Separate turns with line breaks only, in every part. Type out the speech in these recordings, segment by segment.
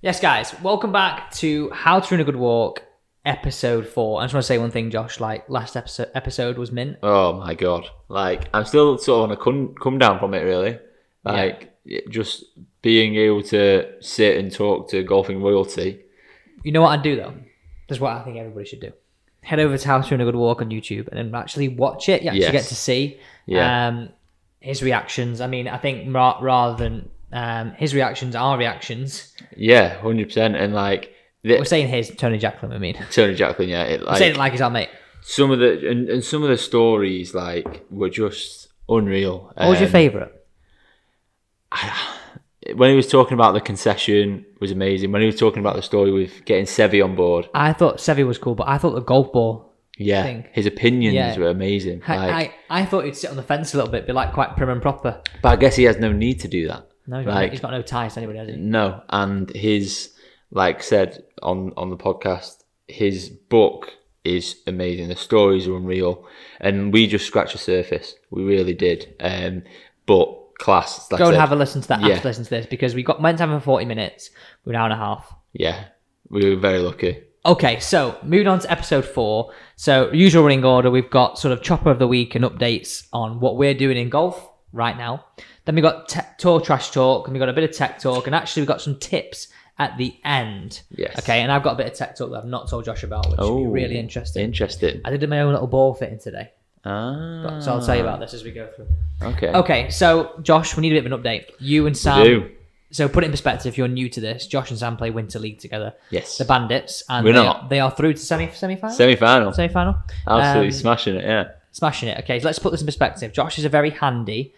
Yes, guys, welcome back to How to Run a Good Walk, episode four. I just want to say one thing, Josh. Like last episode, episode was mint.
Oh my god! Like I'm still sort of on a come come down from it really. Like it- just being able to sit and talk to golfing royalty.
You know what I'd do though? This is what I think everybody should do. Head over to How to Run a Good Walk on YouTube and then actually watch it. You actually
Yes.
get to see
Yeah.
um, his reactions. I mean, I think ra- rather than um, his reactions, our reactions.
Yeah, hundred percent. And like
We're
the,
saying his Tony Jacklin. I mean, I'm
Tony Jacklin, yeah, it like,
saying it like he's our mate.
some of the and, and some of the stories like were just unreal.
What was your
Um,
favourite?
When he was talking about the concession was amazing. When he was talking about the story with getting Sevi on board,
I thought Sevi was cool, but I thought the golf ball.
yeah,
Thing.
his opinions
Yeah.
were amazing.
I,
like,
I, I thought he'd sit on the fence a little bit, be like quite prim and proper.
but I guess he has no need to do that.
No, he's,
Like-
got, he's got no ties to anybody, has he?
No, and his like said on on the podcast, his book is amazing. The stories are unreal, and we just scratched the surface. We really did. Um, but class, like I
Go and
said,
have a listen to that.
Yeah.
After listen to this because we got meant to have them for forty minutes. We're an hour and a half.
yeah, we were very lucky.
Okay, so moving on to episode four. So usual running order, we've got sort of chopper of the week and updates on what we're doing in golf right now. Then we got tech tour trash talk, and we got a bit of tech talk, and actually we got some tips at the end.
Yes. Oh,
Okay, and I've got a bit of tech talk that I've not told Josh about, which should be really interesting.
Interesting.
I did my own little ball fitting today,
Ah,
so I'll tell you about this as we go through.
okay.
Okay, so Josh, we need a bit of an update. You and Sam.
do.
So put it in perspective. If you're new to this, Josh and Sam play Winter League together.
Yes.
The Bandits, and
We're
they,
not.
they are through to semi semi final.
Semi final.
Semi final.
Absolutely
um,
smashing it. Yeah.
smashing it. Okay, so let's put this in perspective. Josh is a very handy.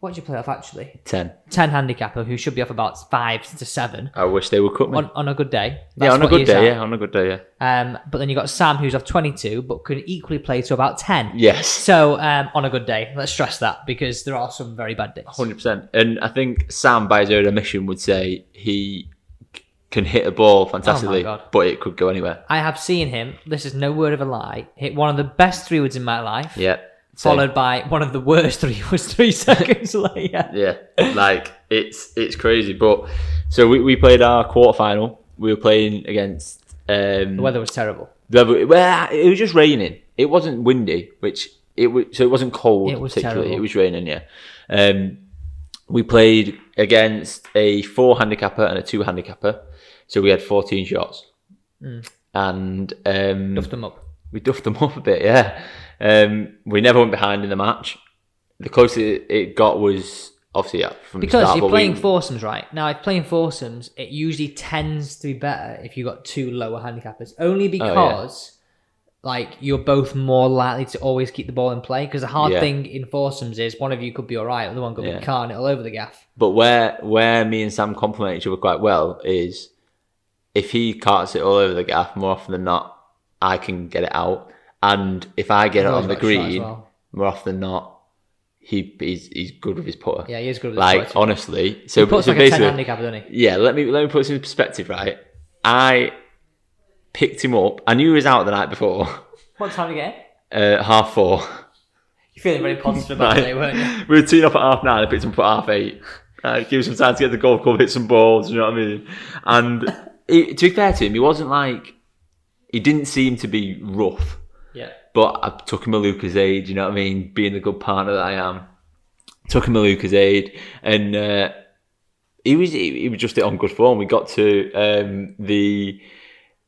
What did you play off actually?
Ten.
Ten handicapper who should be off about five to seven
I wish they would cut me.
on, on a good day.
yeah,
That's
on a
what
good
he's at.
day. Yeah, on a good day. Yeah.
Um, but then you got Sam who's off twenty two, but could equally play to about ten.
Yes.
So um, on a good day, let's stress that because there are some very bad days.
Hundred percent, and I think Sam, by his own admission, would say he c- can hit a ball fantastically,
Oh God.
but it could go anywhere.
I have seen him. This is no word of a lie. Hit one of the best three woods in my life.
Yeah, so-
Followed by one of the worst three woods three seconds later.
Yeah, like it's it's crazy. But so we, we played our quarter final. We were playing against um,
The weather was terrible.
the other- well, it was just raining. It wasn't windy, which it was. So it wasn't cold.
It was
particularly.
terrible.
It was raining. Yeah. Um, we played against a four handicapper and a two handicapper, so we had fourteen shots,
Hmm.
and um,
Duffed them up.
we duffed them up a bit. Yeah. Um, we never went behind in the match. The closest it- it got was obviously yeah, from the
Because
start,
you're
but we-
playing foursomes, right? Now, if playing foursomes, it usually tends to be better if you've got two lower handicappers, only
Oh,
because like you're both more likely to always keep the ball in play. Because the hard
Yeah.
thing in foursomes is one of you could be all right, the other one could
Yeah.
be carnal all over the gaff.
But where where me and Sam complement each other quite well is if he carts it all over the gaff, more often than not, I can get it out. And if I get it
always
on the
got a shot as
green,
well.
more often than not, he he's, he's good with his putter.
Yeah, he is good with his
like oh,
putter, too.
honestly. So,
He puts
so
like a 10
basically,
handicapper, doesn't he?
yeah. Let me let me put this in perspective, right? I picked him up. I knew he was out the night before,
What time again?
uh, half four.
You're feeling very positive about
Right.
today, weren't you?
we were teeing up at half nine. I picked him up at half eight. Uh, give him some time to get the golf club, hit some balls. You know what I mean? And it, to be fair to him, he wasn't like he didn't seem to be rough,
Yeah.
but I took him a Lucas aid. You know what I mean? Being the good partner that I am, took him a Lucas aid, and uh, he was he, he was just on good form. We got to um, the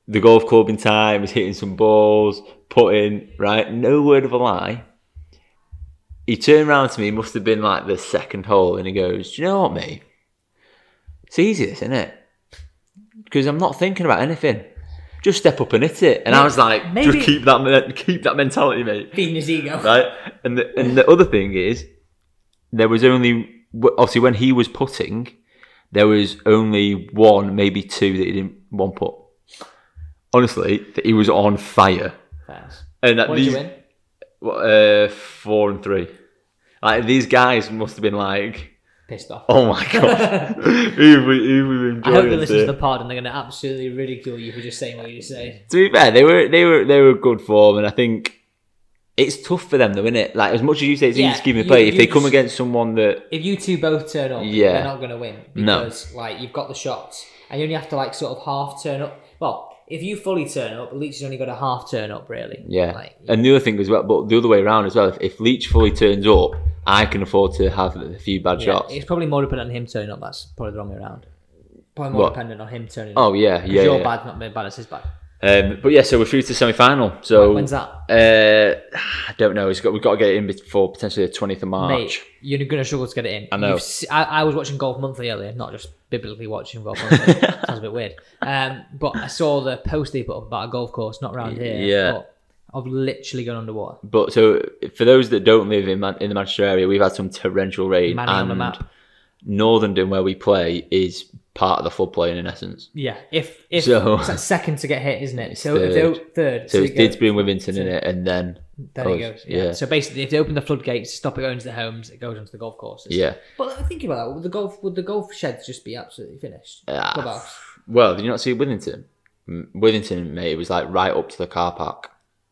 the golf club in time. Was hitting some balls, putting right. No word of a lie he turned round to me, must have been like the second hole, and he goes, Do you know what, mate? It's easy, this, isn't it? Because I'm not thinking about anything. Just step up and hit it. And I was like,
Maybe-
just keep that men- keep that mentality, mate.
Feeding his ego.
Right? And the, and the other thing is, there was only obviously when he was putting, there was only one, maybe two that he didn't one put. Honestly, that he was on fire.
Thanks.
And that
What did you
these-
win?
uh, four and three. Like these guys must have been like,
Pissed off.
oh my god, who have we, who have we been
I hope they
joining
listen to the
to?
pod and they're going to absolutely ridicule you for just saying what you just said.
To be fair, they were they were they were good form, and I think it's tough for them though, isn't it? Like as much as you say it's
Yeah,
easy to keep
you-
them play, if
you
they come
just-
against someone that
If you two both turn up,
Yeah.
they're not going to win
No.
because like you've got the shots. and you only have to like sort of half turn up. Well, if you fully turn up, Leach has only got a half turn up really.
Yeah.
Like,
and the other thing as well, but the other way around as well, if, if Leach fully turns up, I can afford to have a few bad
yeah,
shots.
it's probably more dependent on him turning up. That's probably the wrong way around. Probably more
What?
dependent on him turning up.
Oh, yeah, yeah.
your
yeah.
bad, not my bad. It's his bad.
Um, but yeah, so we're through to the semi final. So
When's that?
Uh, I don't know. It's got, we've got to get it in before potentially the 20th of March.
Mate, you're gonna struggle to get it in. I
know.
I, I was watching Golf Monthly earlier, not just biblically watching Golf Monthly. Sounds a bit weird. Um, but I saw the post they put up about a golf course, not round here.
Yeah.
But I've literally gone underwater.
But so for those that don't live in, Man- in the Manchester area, we've had some torrential rain.
Manny
and
on the map.
Northenden, where we play, is part of the floodplain in essence.
Yeah. If if
So-
it's like second to get hit, isn't it? So if
third.
they o- third.
So
they
it's
go-
Didsbury and Withington in it, and then
There
Oh,
it goes. Yeah.
yeah.
So basically, if they open the floodgates, stop it going to the homes, it goes onto the golf courses.
yeah.
But think about that. Would the golf would the golf sheds just be absolutely finished?
Ah.
Clubhouse.
Well, did you not see Withington? M- Withington, mate, it was like right up to the car park.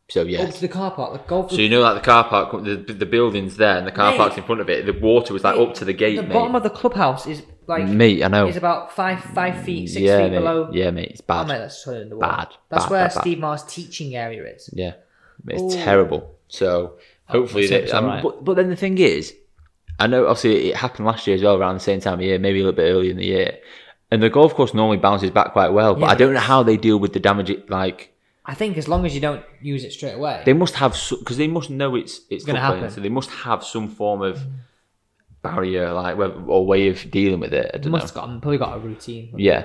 So
Up
yeah.
to the car park. The golf.
So you know, like the car park, the, the buildings there, and the car
Mate.
park's in front of it. The water was like up to the gate,
the
mate.
bottom of the clubhouse is like
mate, I know.
is about five five feet six
Oh. yeah,
feet
mate.
below.
Yeah, mate, it's
Oh,
bad.
mate, that's totally underwater.
Bad,
That's
bad,
where
bad, bad.
Steve Marr's teaching area is.
Yeah, it's
Ooh.
terrible. So hopefully,
so
they,
it's
I mean,
alright.
but, but then the thing is, I know obviously it happened last year as well, around the same time of year, maybe a little bit earlier in the year, and the golf course normally bounces back quite well, but
Yeah,
I don't know how they deal with the damage. It like
I think as long as you don't use it straight away.
they must have because they must know it's it's
gonna
football,
happen.
so they must have some form of barrier, like whether- or way of dealing with it. I
they
don't
must
know.
have got, probably got a routine.
Yeah,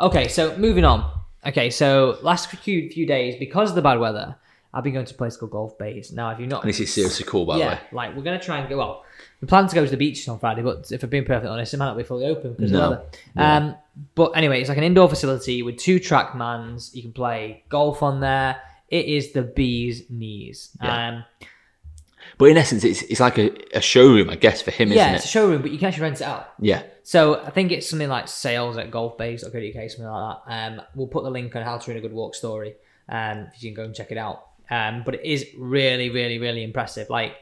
Okay, so moving on. Okay, so last few, few days, because of the bad weather, I've been going to a place called Golf Bays. Now, if you've not
and this is seriously cool, by the
yeah,
way.
like we're gonna try and go. Well, we plan to go to the beaches on Friday, but if I'm being perfectly honest, it might not be fully open because
No.
of the weather. Um, but anyway, it's like an indoor facility with two track mans. You can play golf on there. It is the bee's knees.
Yeah.
Um,
But in essence, it's it's like a, a showroom, I guess, for him,
yeah, it's
isn't
a
it?
showroom, but you can actually rent it out.
Yeah,
So I think it's something like sales at golfbase.co.uk, something like that. Um, we'll put the link on how to read a good walk story. Um, if you can go and check it out. Um, but it is really, really, really impressive. Like,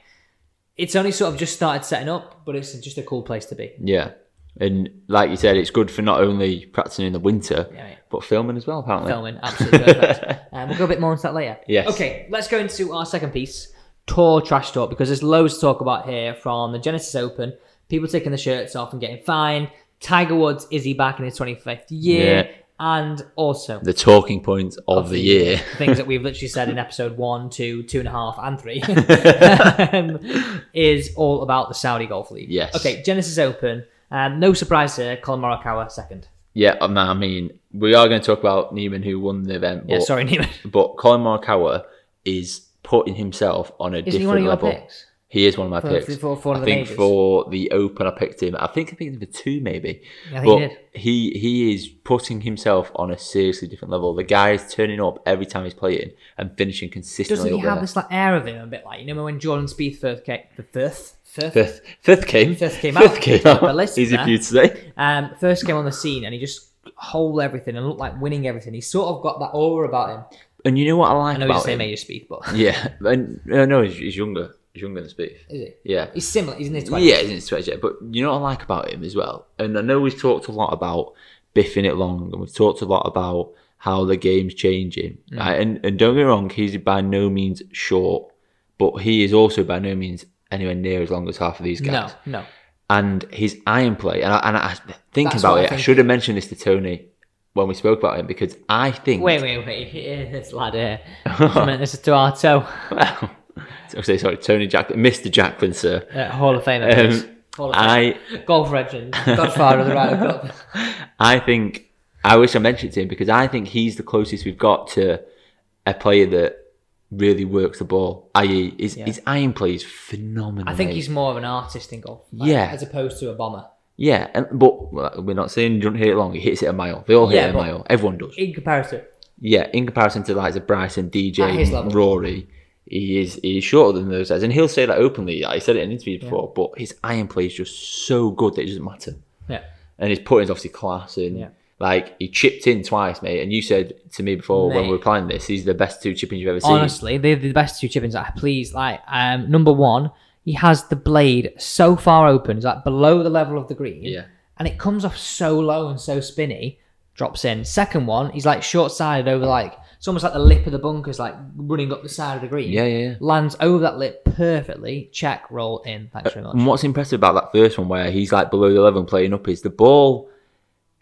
it's only sort of just started setting up, but it's just a cool place to be.
Yeah. And like you said, it's good for not only practicing in the winter,
Yeah, mate.
but filming as well, apparently.
Filming, absolutely perfect. um, we'll go a bit more into that later.
Yes.
Okay, let's go into our second piece, tour trash talk, because there's loads to talk about here from the Genesis Open, people taking the shirts off and getting fined. Tiger Woods is he back in his 25th year?
Yeah.
And also
The talking point of, the year.
things that we've literally said in episode one, two, two and a half, and three um, is all about the Saudi Golf League.
Yes.
Okay, Genesis Open. Um, no surprise here, Colin Morikawa second.
yeah, I mean- I mean, we are going to talk about Neiman who won the event, but,
Yeah, sorry, Neiman.
but Colin Morikawa is putting himself on a
Isn't
different
he one of your
level.
picks?
He is one of my
For-
picks.
for- for one
I
of the
think
majors.
for the Open, I picked him. I think I picked him for two, maybe.
Yeah, I
but
think he did.
he he is putting himself on a seriously different level. The guy is turning up every time he's playing and finishing
Doesn't
consistently.
he
up there.
have this like air of him a bit like you know when Jordan Spieth first came the first first
Fifth, fifth came.
Fifth came out.
Fifth
Top
came
of the
out.
list
Easy
there.
for you to say.
um first came on the scene and he just hold everything and looked like winning everything. He sort of got that aura about him.
And you know what I like
I know you
about
say
him?
Major Spieth, but
Yeah, and uh, no, he's, he's younger. He's younger than Spieth.
is he?
Yeah,
He's similar. He's in his twenties.
yeah, he's in his twenties. yeah. But you know what I like about him as well. And I know we've talked a lot about biffing it long, and we've talked a lot about how the game's changing.
Mm.
Right? And and don't get me wrong, he's by no means short, but he is also by no means anywhere near as long as half of these guys.
No, no.
and his iron play. And I, and I thinking
That's
about
what I
it, I
think.
should have mentioned this to Tony when we spoke about him because I think.
Wait, wait, wait. Here, This lad here. I meant this is to our toe.
Well, okay, Oh, sorry, Tony Jacklin, Mr. Jacklin, sir.
Uh, Hall of Famer. please.
Um,
Hall of Famer.
I
Golf legend. Godfather of the Ryder Cup.
I think I wish I mentioned to him because I think he's the closest we've got to a player that really works the ball. I.e., his, his iron play is phenomenal.
I think
mate.
he's more of an artist in golf. like,
Yeah.
As opposed to a bomber.
yeah, and, but well, we're not saying he doesn't hit it long. He hits it a mile. They all hit
Yeah,
it a
but-
mile. Everyone does.
In comparison.
yeah, in comparison to the likes of Bryson,
At his
DJ,
level.
Rory, he is he is shorter than those guys, and he'll say that openly. Like, he said it in interviews before, but his iron play is just so good that it doesn't matter.
Yeah.
And his putting is obviously class, and
Yeah.
like he chipped in twice, mate. And you said to me before when we
Mate.
were playing this, he's the best two chippings you've ever seen.
Honestly, they're the best two chippings that I please. Like, um, number one, he has the blade so far open, it's like below the level of the green.
Yeah.
And it comes off so low and so spinny. drops in. Second one, he's like short sided over like it's almost like the lip of the bunker's like running up the side of the green.
Yeah, yeah, yeah.
Lands over that lip perfectly. Check, roll in. Thanks very much.
And what's impressive about that first one where he's like below the level and playing up is the ball,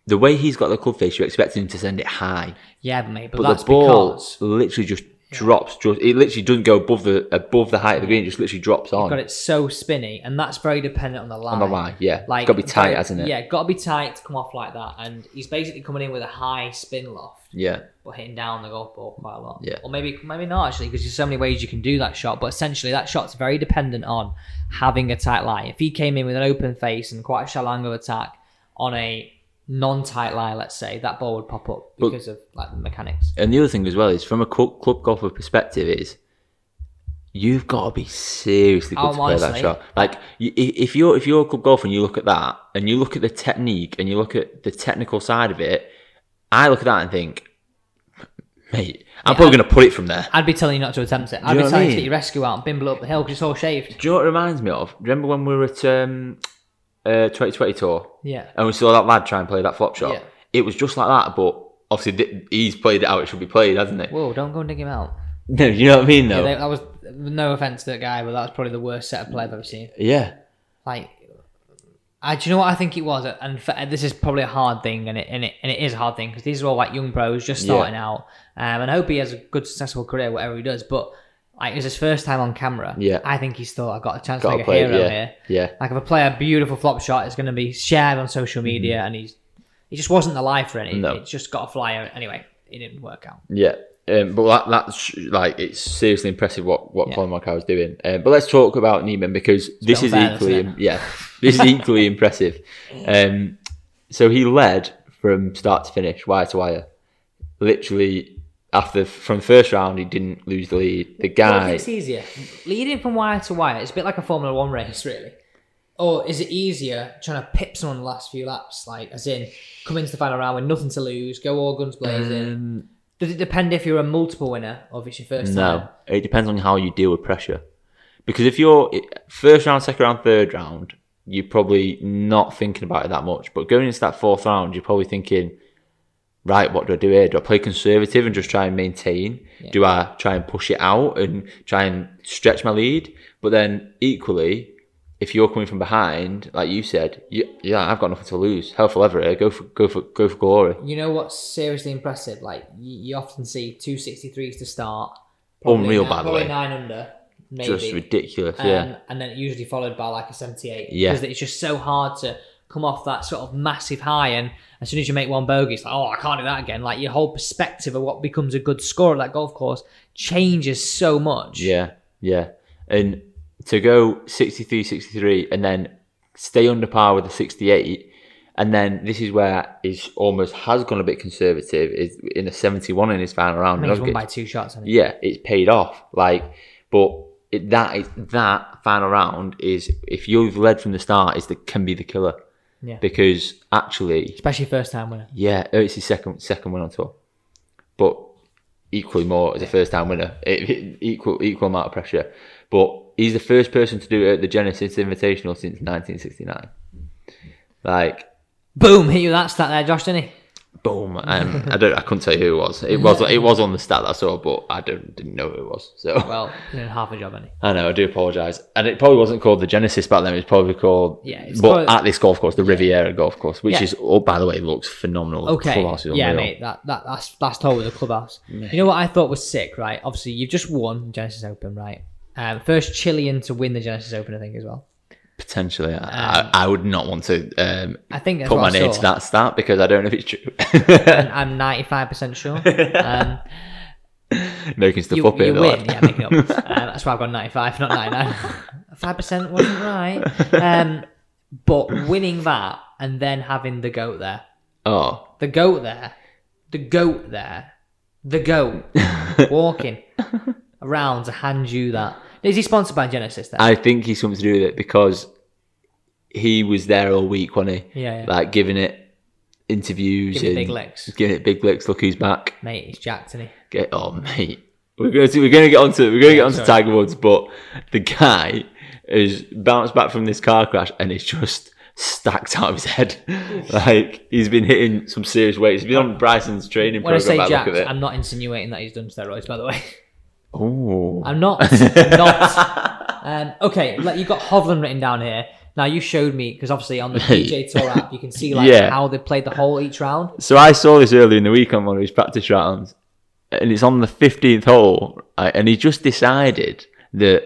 the way he's got the club face, you're expecting him to send it high.
Yeah, mate, but,
But
that's
the ball
because
literally just drops. Just it literally doesn't go above the above the height of the green. It just literally drops on
got it so spinny, and that's very dependent on the line.
on the line. Yeah, like, got to be tight, hasn't it?
Yeah, got to be tight to come off like that. And he's basically coming in with a high spin loft,
yeah,
but hitting down the golf ball quite a lot.
Yeah.
Or maybe maybe not actually, because there's so many ways you can do that shot. But essentially, that shot's very dependent on having a tight line. If he came in with an open face and quite a shallow angle attack on a non-tight line, let's say, that ball would pop up
But-
because of like the mechanics.
And the other thing as well is from a cl- club golfer perspective is. You've got to be seriously good
Oh,
to play that
honestly.
shot. Like, y- i- if you're if you're a club golfer and you look at that and you look at the technique and you look at the technical side of it, I look at that and think, mate, I'm probably going to put it from there.
I'd be telling you not to attempt it. I'd
you know
be
what I
telling you to
mean?
get your rescue out and bimble up the hill because it's all shaved.
Do you know what it reminds me of? Remember when we were at um, uh, 2020 tour
Yeah.
and we saw that lad try and play that flop shot?
Yeah.
It was just like that, but obviously th- he's played it how it should be played, hasn't it?
Whoa, don't go and dig him out.
No, you know what I mean,
Yeah,
though.
they, that was no offense to that guy, but that was probably the worst set of play I've ever seen.
yeah.
Like, I do you know what I think it was? And for, this is probably a hard thing, and it and it, and it is a hard thing because these are all like young pros just
Yeah.
starting out. Um, and I hope he has a good, successful career, whatever he does. But like, it's his first time on camera.
Yeah.
I think he's thought I got a chance
Gotta
to make a
play it,
hero
yeah.
here.
Yeah.
Like, if I play a beautiful flop shot, it's going to be shared on social media, and he's he just wasn't the life for it.
Mm-hmm. No.
It's just got a flyer anyway. It didn't work out.
Yeah. Um, but that, that's like it's seriously impressive what what Colin Morikawa was doing. Um, but let's talk about Neiman because this is
unfair,
equally
isn't
yeah this is equally impressive. Um, so he led from start to finish, wire to wire. Literally after from the first round, he didn't lose the lead. The
Well, I
guy,
think it's easier. Leading from wire to wire, it's a bit like a Formula One race, really. Or is it easier trying to pip someone the last few laps, like as in come into the final round with nothing to lose, go all guns blazing? Does it depend if you're a multiple winner or if it's your first time?
Um, no, Uh, it depends on how you deal with pressure. Because if you're first round, second round, third round, you're probably not thinking about it that much. But going into that fourth round, you're probably thinking, right, what do I do here? Do I play conservative and just try and maintain? Do I try and push it out and try and stretch my lead? But then equally, if you're coming from behind, like you said, you, yeah, I've got nothing to lose. Hell for leather here. Go for go for go for glory.
You know what's seriously impressive? Like you, you often see two sixty threes to start,
Unreal,
nine,
by the
probably
way.
nine under, maybe.
Just ridiculous.
um,
yeah.
and then usually followed by like a 78
Yeah.
because it's just so hard to come off that sort of massive high and as soon as you make one bogey it's like oh i can't do that again like your whole perspective of what becomes a good score at that golf course changes so much
Yeah, yeah. And to go 63 63 and then stay under par with a 68, and then this is where he's almost has gone a bit conservative, is in a 71 in his final round.
I think he's
And
won by
obviously-
two shots I think.
yeah, it's paid off. Like, but it, that is that final round is if you've led from the start, is that can be the killer.
Yeah.
Because actually,
especially first time winner
yeah, oh, it's his second second win on tour, but equally more as a first time winner, It- it- equal equal amount of pressure. But he's the first person to do it at the Genesis Invitational since 1969. Like,
boom hit you with that stat there josh didn't he
boom! Um, I don't, I couldn't tell you who it was. It was it was on the stat that I saw, but I don't didn't know who it was. So
well he did half a job any
I know I do apologise, and it probably wasn't called the Genesis back then. It was probably called
Yeah, it's
but
called-
at this golf course, the Riviera golf course, which
Yeah.
is oh by the way looks phenomenal. The
okay
clubhouse is
yeah
unreal.
mate that, that that's that's totally the clubhouse you know what i thought was sick right obviously you've just won genesis open right um, first chilean to win the genesis open i think as well
Potentially, I, I, I would not want to um,
Um, i think that's
put
what
my
I
name
saw.
to that stat because I don't know if it's true.
I'm 95% sure. Um,
Making stuff
you
up here,
you
though.
win. Yeah, make it up. Um, that's why I've got 95, not 99. 5% wasn't right. Um, but winning that and then having the goat there,
Oh,
the goat there, the goat there, the goat walking around to hand you that. Is he sponsored by Genesis then?
I think he's something to do with it because he was there all week, wasn't he?
Yeah, yeah.
Like giving it interviews
Giving it
and
big licks.
Giving it big licks. Look who's back.
Mate, he's jacked, isn't he?
Get on, mate. We're going to we're going to get onto we're going to get onto
sorry.
Tiger Woods, but the guy has bounced back from this car crash and is just stacked out of his head. like he's been hitting some serious weights. He's been on Bryson's training
When I say
program. I
Jack,
look at it.
I'm not insinuating that he's done steroids, by the way.
oh,
I'm not. I'm not. Um, okay, like you got Hovland written down here. Now you showed me because obviously on the PJ Tour app you can see like
Yeah.
how they played the whole each round.
So I saw this earlier in the week on one of his practice rounds, and it's on the fifteenth hole, right, and he just decided that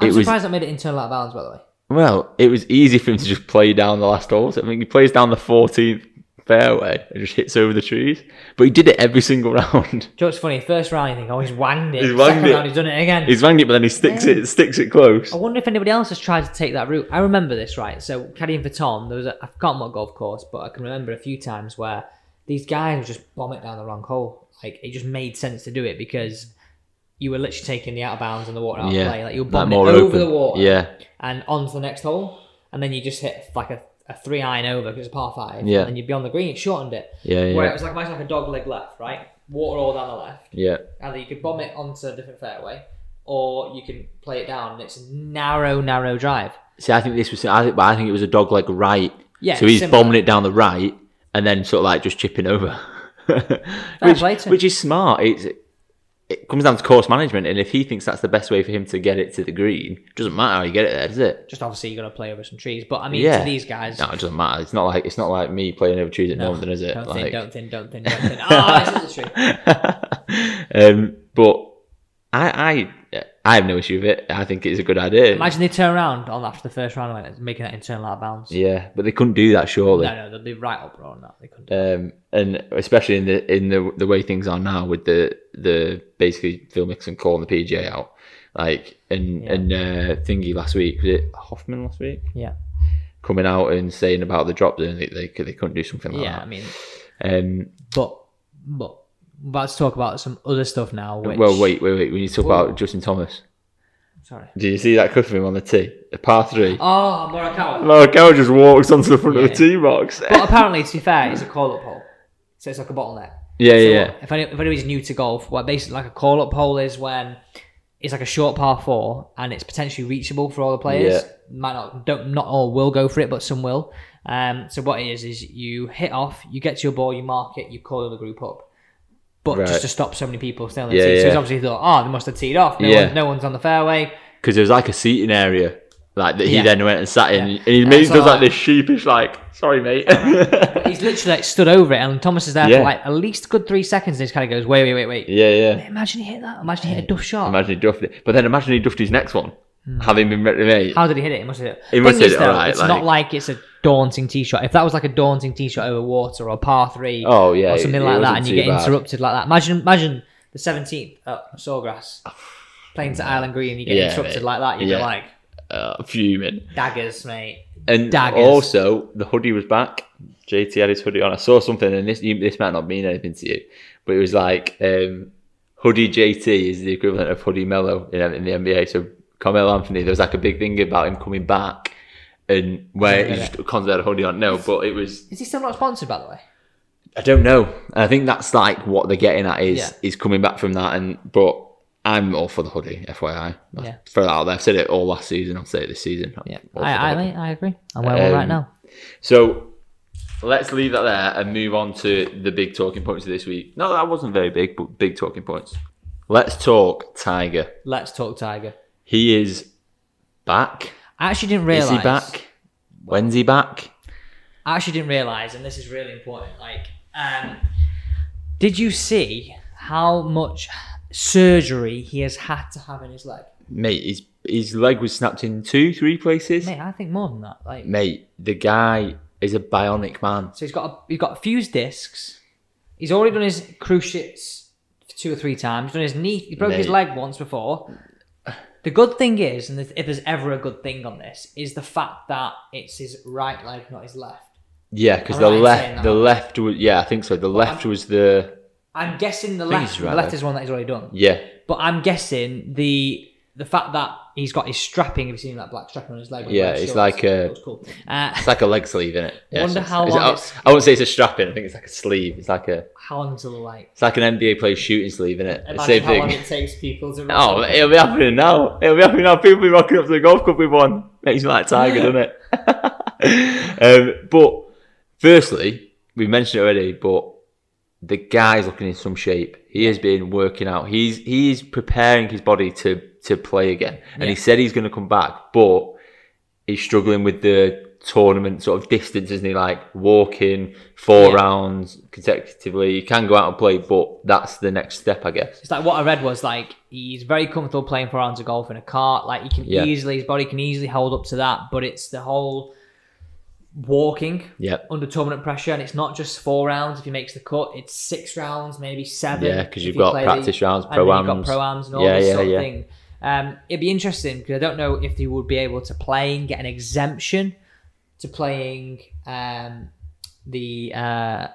I'm
it was
surprised I made it internal out of bounds, by the way.
well, it was easy for him to just play down the last holes. I mean, he plays down the fourteenth fairway and just hits over the trees, but he did it every single round.
Do you know what's funny? First round you think, oh, he's wanged it.
He's wanged
Second
it.
round he's done it again.
He's rang it, but then he sticks it, sticks it close.
I wonder if anybody else has tried to take that route. I remember this right. So caddying for Tom, there was a, I forgot what golf course, but I can remember a few times where these guys would just bomb it down the wrong hole. Like it just made sense to do it because you were literally taking the out of bounds and the water out of play. Like you were
that
bombing it over
open.
the water
Yeah,
and onto the next hole, and then you just hit like a, a three iron over because it's a par five.
Yeah.
and then you'd be on the green. It shortened it.
yeah, yeah,
Where it was like imagine like a dog leg left, right? Water all down the left
yeah.
either you could bomb it onto a different fairway or you can play it down and it's a narrow narrow drive
See, I think this was. I think, but I think it was a dog leg right.
Yeah,
So he's
similar.
bombing it down the right and then sort of like just chipping over,
play
which,
to him.
which is smart. It's it comes down to course management, and if he thinks that's the best way for him to get it to the green, doesn't matter how you get it there, does it?
just obviously you're going to play over some trees but i mean
Yeah.
to these guys
No, it doesn't matter. It's not like it's not like me playing over trees at
no,
Northern, is it?
don't
like,
think don't think don't think don't think oh this is the tree
um, but I I I have no issue with it. I think it's a good idea.
imagine they turn around on after the first round and making that internal out of bounds
yeah, but they couldn't do that surely.
no no they'll be right up on that they couldn't do it.
um, and especially in the in the the way things are now with the the basically Phil Mixon calling the PGA out, like and
Yeah.
and uh, thingy last week was it Hoffman last week
yeah
coming out and saying about the drop zone they they, they couldn't do something like
yeah i mean
that. Um,
but but let's talk about some other stuff now which,
well, wait, wait, wait. We need to talk
Whoa.
about Justin Thomas.
sorry
Do you see that cuff of him on the tee? A par three.
oh morikawa
Oh, Carroll just walks onto the front of
Yeah.
the tee box.
But apparently, to be fair, it's a call up hole. So it's like a bottleneck.
Yeah,
So
yeah,
If, any, if anybody's new to golf, what basically like a call up hole is when it's like a short par four and it's potentially reachable for all the players.
Yeah.
Might not, don't, not all will go for it, but some will. Um, so what it is is you hit off, you get to your ball, you mark it, you call the group up. But
Right.
just to stop so many people staying on the
Yeah,
tee. So he's
yeah.
obviously thought, oh, they must have teed off. No,
Yeah.
one, no one's on the fairway.
because there was like a seating area like that he
Yeah.
then went and sat in,
Yeah.
and he
Yeah,
made,
so
does
like-
like this sheepish like, sorry mate.
He's literally like stood over it, and Thomas is there
Yeah.
for like at least a good three seconds. And he just kind of goes, wait, wait, wait, wait.
Yeah, yeah.
Imagine he hit that. Imagine he hit a duff shot.
Imagine he duffed it. But then imagine he duffed his next one, having been met mate.
How did he hit it? He must have hit it.
He must
Thing
hit
is,
it,
though,
alright,
It's
like-
not like it's a daunting tee shot. If that was like a daunting tee shot over water or a par three
Oh, yeah,
or
it-
something
it
like that
wasn't
and you
too
get
bad.
interrupted like that. Imagine imagine the 17th at Sawgrass playing to Island Green and you get
Yeah,
interrupted
mate.
like that. You'd
Yeah.
be like,
Uh, fuming.
daggers, mate.
And
Daggers.
also, the hoodie was back. JT had his hoodie on. I saw something, and this you, this might not mean anything to you, but it was like um, hoodie JT is the equivalent of hoodie Mello in, in the NBA. So Carmelo Anthony, there was like a big thing about him coming back, and where he
Yeah.
just constantly had a hoodie on. No, but it was
Is he still not sponsored, by the way?
I don't know. And I think that's like what they're getting at is
Yeah.
is coming back from that. And but I'm all for the hoodie, FYI. I'll
Yeah.
Throw that out there. I've said it all last season. I'll say it this season. I'm
Yeah.
all for
I,
the
I,
hoodie.
mate, I agree. I'm wearing one right
Um,
now.
So let's leave that there and move on to the big talking points of this week. No, that wasn't very big, but big talking points. Let's talk Tiger.
Let's talk Tiger.
He is back.
I actually didn't realize.
Is he back? When's he back?
I actually didn't realize, and this is really important. Like, um, did you see how much surgery he has had to have in his leg?
Mate, his his leg was snapped in two, three places.
Mate, I think more than that. Like,
Mate, the guy is a bionic man.
so he's got a, he's got fused discs. He's already done his cruciates two or three times. He's done his knee. He broke his
Mate.
leg once before. The good thing is, and if there's ever a good thing on this, is the fact that it's his right leg, not his left.
Yeah, because
Am
the
I right in saying
left,
that?
the left was yeah, I think so. The left was the
I'm guessing the
think
left,
it's
the
right
left
leg.
is one that he's already done.
yeah,
But I'm guessing the the fact that he's got his strapping, have you seen that black strapping on his leg?
Yeah,
Like
it's
shorts.
like a-
It looks cool. Uh,
it's like a leg sleeve, isn't it? Yeah,
Wonder
it's-
how
it's-
long
I,
it's-
I wouldn't say it's a strap in. I think it's like a sleeve. It's like a
how long till the like?
it's like an NBA player shooting sleeve, isn't it? The
Imagine
Same
how long
thing.
it takes people to.
Oh, it'll be happening now. It'll be happening now. People be rocking up to the golf club with one. Makes me like Tiger, doesn't it? um, but firstly, we mentioned it already, but the guy's looking in some shape. He has been working out. He's he's preparing his body to to play again, and he
Yeah.
said he's going to come back, but he's struggling with the tournament sort of distance, isn't he? Like walking four
Yeah.
rounds consecutively. You can go out and play, but that's the next step, I guess.
It's like what I read was like he's very comfortable playing four rounds of golf in a cart. Like he can
Yeah.
easily, his body can easily hold up to that. But it's the whole walking
Yeah,
under tournament pressure, and it's not just four rounds if he makes the cut. It's six rounds, maybe seven.
yeah, because
if
you've
you
got
play the-
practice rounds,
and then
pro
you've got
ams.
pro-ams and all
Yeah,
this
yeah,
sort of
yeah.
thing. Um, it'd be interesting because I don't know if they would be able to play and get an exemption to playing um, the uh,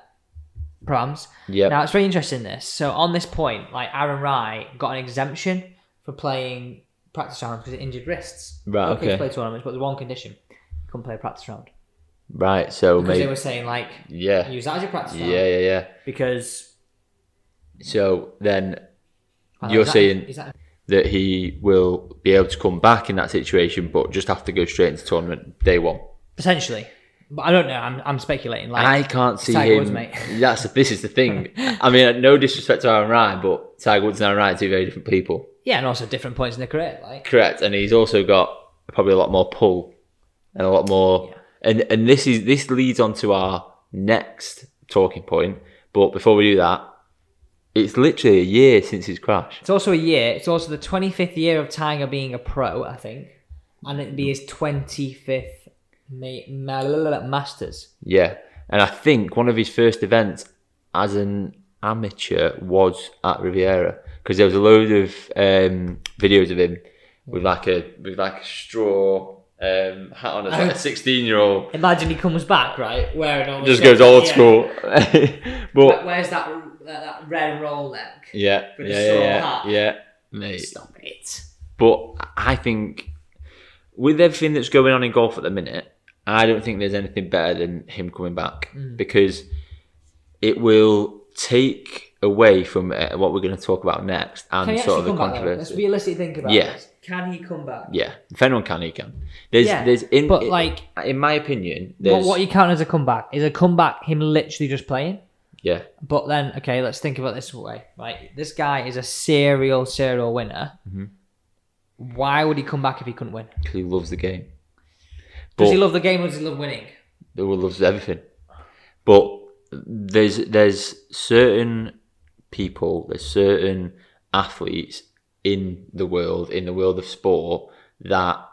pro-ams.
Yeah,
Now it's very interesting this. So on this point, like Aaron Rye got an exemption for playing practice rounds because it injured wrists.
Right,
Okay, to
okay.
play tournaments, but there's one condition: you couldn't play a practice round
right. So
because they
maybe,
were saying like
yeah,
use that as your practice
yeah,
round
yeah, yeah.
because
So then
and
You're
is that-
saying-
is that
that he will be able to come back in that situation, but just have to go straight into tournament day one.
potentially? But I don't know. I'm I'm speculating. Like
I can't see
Tiger
him.
Woods, mate.
That's this is the thing. I mean, no disrespect to Aaron Ryan, but Tiger Woods and Aaron Ryan are two very different people.
Yeah, and also different points in their career. Like,
Correct, and he's also got probably a lot more pull and a lot more. And and this is this leads on to our next talking point. But before we do that, it's literally a year since his crash.
it's also a year. It's also the 25th year of Tiger being a pro, I think, and it'd be his 25th ma- ma- Masters.
Yeah, and I think one of his first events as an amateur was at Riviera because there was a load of um, videos of him with like a with like a straw um, hat on as like a sixteen year old.
Imagine he comes back right wearing all. the
Just
shit.
goes old
Yeah.
school, but
Where's that that red roll neck?
yeah, yeah,
With the
yeah,
straw
yeah,
hat.
yeah, mate.
Stop it.
But I think with everything that's going on in golf at the minute, I don't think there's anything better than him coming back
Mm.
because it will take away from uh, what we're going to talk about next and
Can he
sort
actually
of the
come back? Though? Let's
controversy.
realistically think about
Yeah.
this. Can he come back?
Yeah, if anyone can, he can. There's,
Yeah,
there's in,
but,
i-
like-
in my opinion,
What,
there's,
what you count as a comeback is a comeback. Him literally just playing.
yeah,
But then, okay, let's think about this way. Right, this guy is a serial serial winner.
Mm-hmm.
Why would he come back if he couldn't win?
because he loves the game.
Does
But-
he love the game or does he love winning?
the world loves everything. But there's there's certain people, there's certain athletes in the world, in the world of sport, that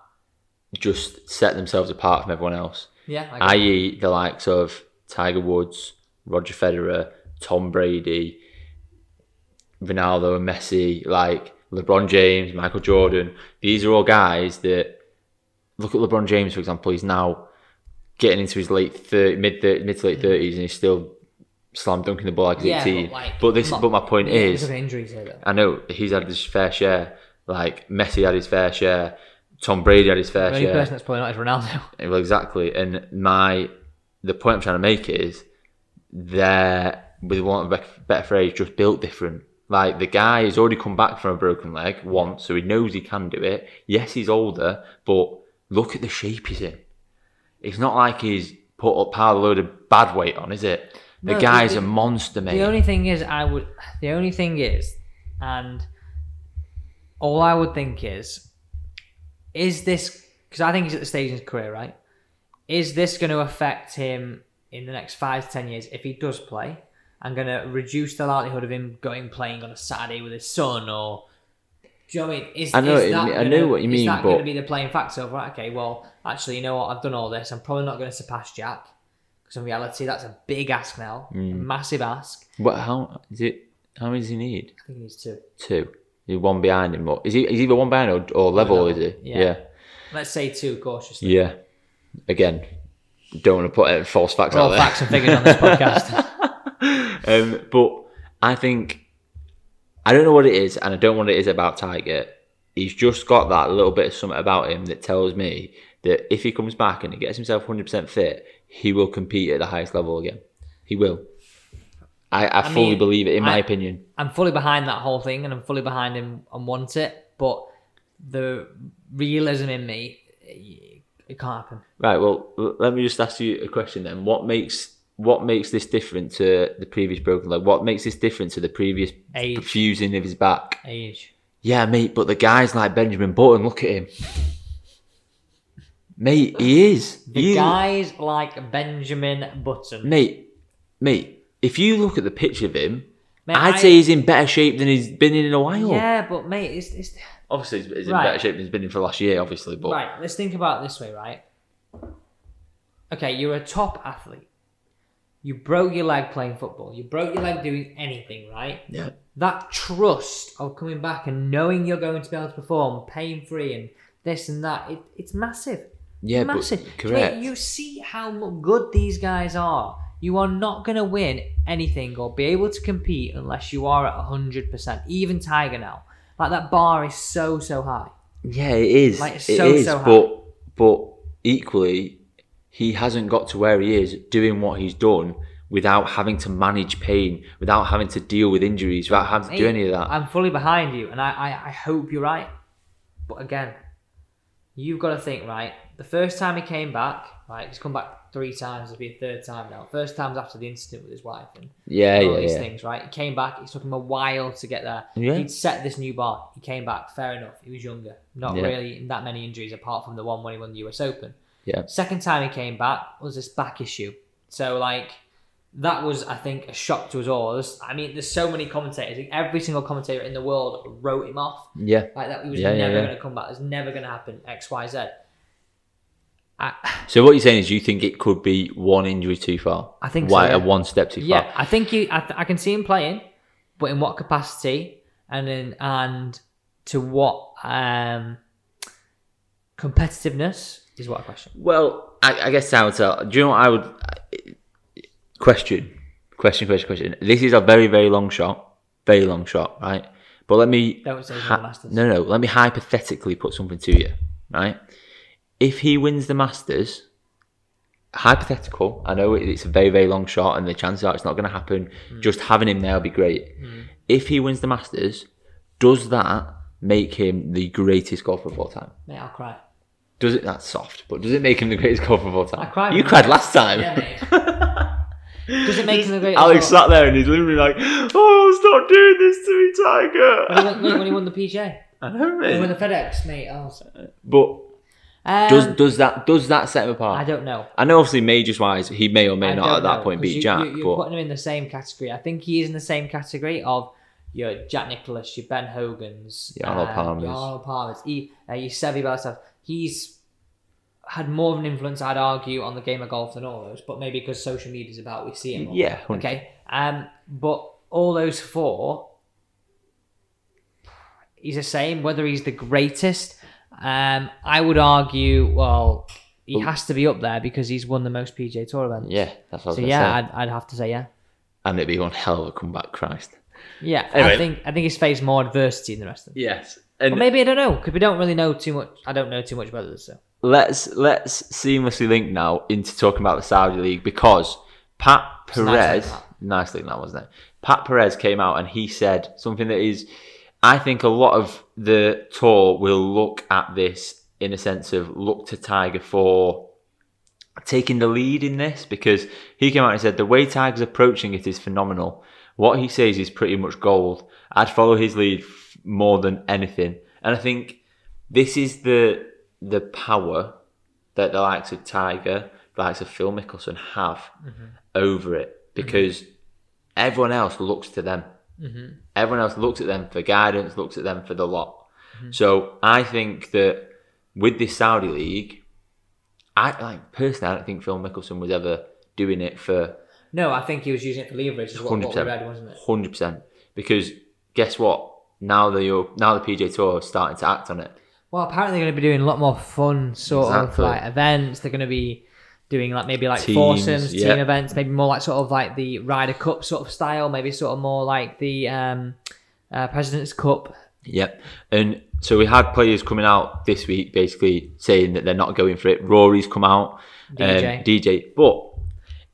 just set themselves apart from everyone else.
Yeah, I,
I.e. E, the likes of Tiger Woods, Roger Federer, Tom Brady, Ronaldo and Messi, like LeBron James, Michael Jordan. These are all guys that look at LeBron James, for example, he's now getting into his late 30, mid 30, mid to late thirties and he's still slam dunking the ball like he's
Mm. Yeah, but,
eighteen. But,
like,
this
not-
but my point
He's
is
looking at injuries here though.
I know he's had his fair share. Like Messi had his fair share, Tom Brady had his fair
The only
share.
person that's probably not is Ronaldo.
Well, exactly. And my the point I'm trying to make is they're with want of a bec- better phrase, just built different. Like the guy has already come back from a broken leg once, so he knows he can do it. Yes, he's older, but look at the shape he's in. It's not like he's put up piled a load of bad weight on, is it? The
No,
guy's
the-
a monster, mate.
The only thing is, I would. The only thing is, and all I would think is, is this because I think he's at the stage in his career, right? Is this going to affect him in the next five to ten years if he does play? I'm going to reduce the likelihood of him going playing on a Saturday with his son, or do you know what I mean? Is,
I
is
know what you
that
mean- I
gonna-
know what you
Is
mean,
that
but-
going to be the playing factor? Of, right, okay, well, actually, you know what? I've done all this. I'm probably not going to surpass Jack because in reality, that's a big ask now, a
Mm.
massive ask.
What? How is it? How many does he need?
I think he needs to.
Two. He's one behind him. Or, is he? He's either one behind or, or level? Is he?
yeah.
yeah.
Let's say two cautiously.
Yeah. Again, don't want to put uh, false facts
All
out there.
facts and figures on this podcast.
Um, but I think I don't know what it is, and I don't know what it is about Tiger. He's just got that little bit of something about him that tells me that if he comes back and he gets himself 100% fit, he will compete at the highest level again. He will. I, I, fully
mean,
believe it, in my
I-
opinion.
I'm fully behind that whole thing, and I'm fully behind him and want it. But the realism in me It can't happen.
Right. Well, l- let me just ask you a question then. What makes what makes this different to the previous broken leg? What makes this different to the previous
Age.
fusing of his back?
Age.
Yeah, mate. But the guy's like Benjamin Button. Look at him, mate. He is.
The
He-
guys like Benjamin Button.
mate. Mate. If you look at the picture of him,
Mate,
I'd
I-
say he's in better shape than he's been in in a while.
Yeah, but mate, it's, it's
Obviously, he's, he's in
Right.
better shape than he's been in for last year. Obviously, but
right. Let's think about it this way, right? Okay, you're a top athlete. You broke your leg playing football. You broke your leg doing anything, right?
yeah,
That trust of coming back and knowing you're going to be able to perform pain free and this and that, it, it's massive.
yeah, but-
massive.
correct.
Mate, you see how mu- good these guys are. You are not going to win anything or be able to compete unless you are at 100%. Even Tiger now. Like, that bar is so, so high.
Yeah, it is.
Like, it's
It
so,
is,
so high.
But but equally, he hasn't got to where he is doing what he's done without having to manage pain, without having to deal with injuries, without having to do
Mate,
any of that.
I'm fully behind you, and I, I, I hope you're right. But again, you've got to think, right? The first time he came back, right? He's come back three times. It'll be a third time now. First time's after the incident with his wife and
yeah,
all
yeah,
these
yeah.
things, right? He came back. It took him a while to get there.
Yeah.
He'd set this new bar. He came back. Fair enough. He was younger. Not
Yeah.
really that many injuries apart from the one when he won the US Open.
Yeah.
Second time he came back was this back issue. So like that was I think a shock to us all. There's, I mean, there's so many commentators. Like, every single commentator in the world wrote him off.
Yeah,
Like that he was
Yeah, yeah,
never
yeah.
going to come back. It's never going to happen. X Y Z. I,
So what you're saying is you think it could be one injury too far.
I think so,
Why
yeah.
a one step too
Yeah,
far.
I think you. I, th- I can see him playing, but in what capacity and in and to what um competitiveness is what a question.
Well, I, I guess I would tell. Do you know what I would uh, question? Question, question, question. This is a very, very long shot. Very long shot, right? But let me
Don't say he's
hy-
won the Masters.
No, no. Let me hypothetically put something to you, right? If he wins the Masters, hypothetical. I know it- it's a very, very long shot, and the chances are it's not going to happen.
Hmm.
Just having him there will be great. If he wins the Masters, does that make him the greatest golfer of all time?
Mate, I'll cry.
Does it? That's soft, but does it make him the greatest golfer of all time?
I cried.
You cried last time.
Yeah, mate. Does it make him the greatest?
Alex
of all-
sat there and he's literally like, "Oh, stop doing this to me,
when, he
Tiger."
won, mate, when he won the PJ,
I know,
when he won
mate.
the FedEx, mate. Oh, so-
But
um,
does does that does that set him
I
apart?
don't know.
I, know, obviously, majors wise, he may or may
I
not
don't
at that
know,
point
'cause
beat
you,
Jack,
You, you're
but
putting him in the same category. I think he is in the same category of your Jack Nicholas, your Ben Hogan's,
Your Arnold
um,
Palmers.
your Arnold Palmer's, he, uh, your Seve Balasav. He's had more of an influence, I'd argue, on the game of golf than all those. But maybe because social media is about, we see him. More.
yeah,
Okay. Um, but all those four, he's the same. Whether he's the greatest, um, I would argue. Well, he has to be up there because he's won the most PGA Tour events.
Oh. yeah, that's what I was
So
gonna
yeah,
say.
I'd, I'd have to say yeah.
and it'd be one hell of a comeback, Christ.
Yeah, I
Anyway.
think I think he's faced more adversity than the rest of them.
Yes, and
But maybe I don't know because we don't really know too much. I don't know too much about this. So
let's let's seamlessly link now into talking about the Saudi league because Pat
a nice
Perez
link,
nicely that wasn't it? Pat Perez came out and he said something that is I think a lot of the tour will look at this in a sense of look to Tiger for taking the lead in this because he came out and said the way Tiger's approaching it is phenomenal. What he says is pretty much gold. I'd follow his lead f- more than anything. And I think this is the the power that the likes of Tiger, the likes of Phil Mickelson have over it because everyone else looks to them. Everyone else looks at them for guidance, looks at them for the lot. So I think that with this Saudi league, I like personally, I don't think Phil Mickelson was ever doing it for
no, I think he was using it for leverage. Is what, what we
100%.
read, wasn't it?
hundred percent because guess what? Now the Eu- now the PJ Tour is starting to act on it.
Well, apparently they're going to be doing a lot more fun sort
Exactly.
of like events. They're going to be doing like maybe like
Teams,
foursomes,
yeah.
team events, maybe more like sort of like the Ryder Cup sort of style, maybe sort of more like the um, uh, President's Cup.
Yep. And so we had players coming out this week basically saying that they're not going for it. Rory's come out,
DJ.
Um, DJ. But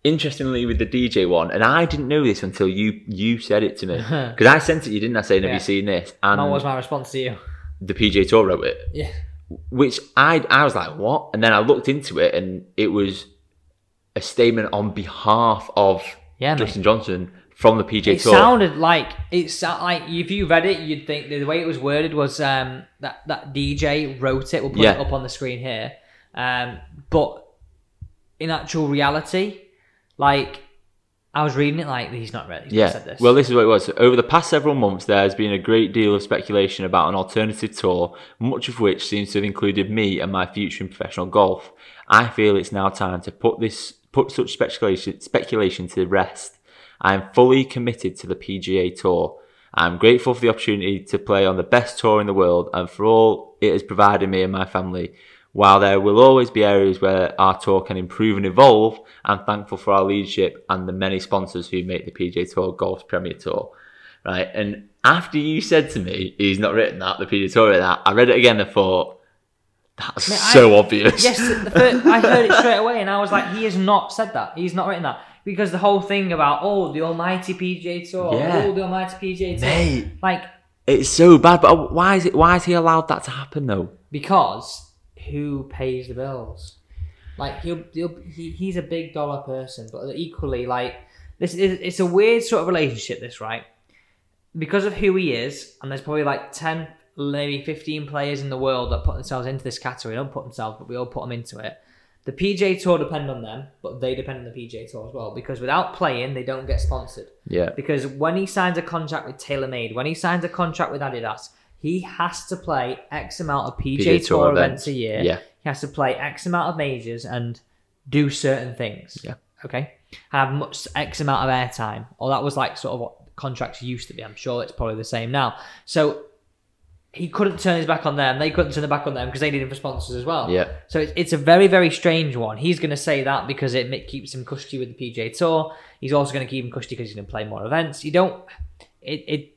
interestingly, with the DJ one, and I didn't know this until you you said it to me because I sent it. You didn't I saying have
Yeah.
you seen this?
That
And
was my response to you.
the PJ Tour wrote it.
Yeah.
which I I was like, what? And then I looked into it, and it was a statement on behalf of
Yeah, mate.
Justin Johnson from the PJ
It
Tour.
sounded like it sound like if you read it, you'd think the way it was worded was um, that that DJ wrote it. We'll put it
Yeah.
up on the screen here. Um, but in actual reality, like I was reading it, like he's not read. He's
yeah.
not said this.
Well, this is what it was. Over the past several months, there has been a great deal of speculation about an alternative tour, much of which seems to have included me and my future in professional golf. I feel it's now time to put this put such speculation speculation to rest. I am fully committed to the PGA Tour. I'm grateful for the opportunity to play on the best tour in the world and for all it has provided me and my family. While there will always be areas where our tour can improve and evolve, I'm thankful for our leadership and the many sponsors who make the PGA Tour Golf's premier tour. Right, and after you said to me, he's not written that, the PGA Tour wrote that, I read it again and thought, that's
Mate, I-
so obvious.
Yes, the first, I heard it straight away, and I was like, he has not said that. He's not written that because the whole thing about oh the Almighty PGA Tour,
Yeah.
oh the Almighty PGA Tour,
Mate,
like
it's so bad, but why is it? Why is he allowed that to happen though?
because who pays the bills? Like he'll, he'll he, he's a big dollar person, but equally like this is it's a weird sort of relationship. This right because of who he is, and there's probably like ten, maybe fifteen players in the world that put themselves into this category. Don't put themselves, but we all put them into it. The PJ Tour depend on them, but they depend on the PJ Tour as well because without playing, they don't get sponsored.
Yeah,
Because when he signs a contract with TaylorMade, when he signs a contract with Adidas, he has to play X amount of PJ,
PGA
Tour, events a year.
Yeah,
He has to play X amount of majors and do certain things.
Yeah.
Okay. Have much X amount of airtime. Or that was like sort of what contracts used to be. I'm sure it's probably the same now. So he couldn't turn his back on them. They couldn't turn their back on them because they need him for sponsors as well.
yeah.
So it's, it's a very, very strange one. He's going to say that because it mi- keeps him cushy with the PJ Tour. He's also going to keep him cushy because he's going to play more events. You don't. It, it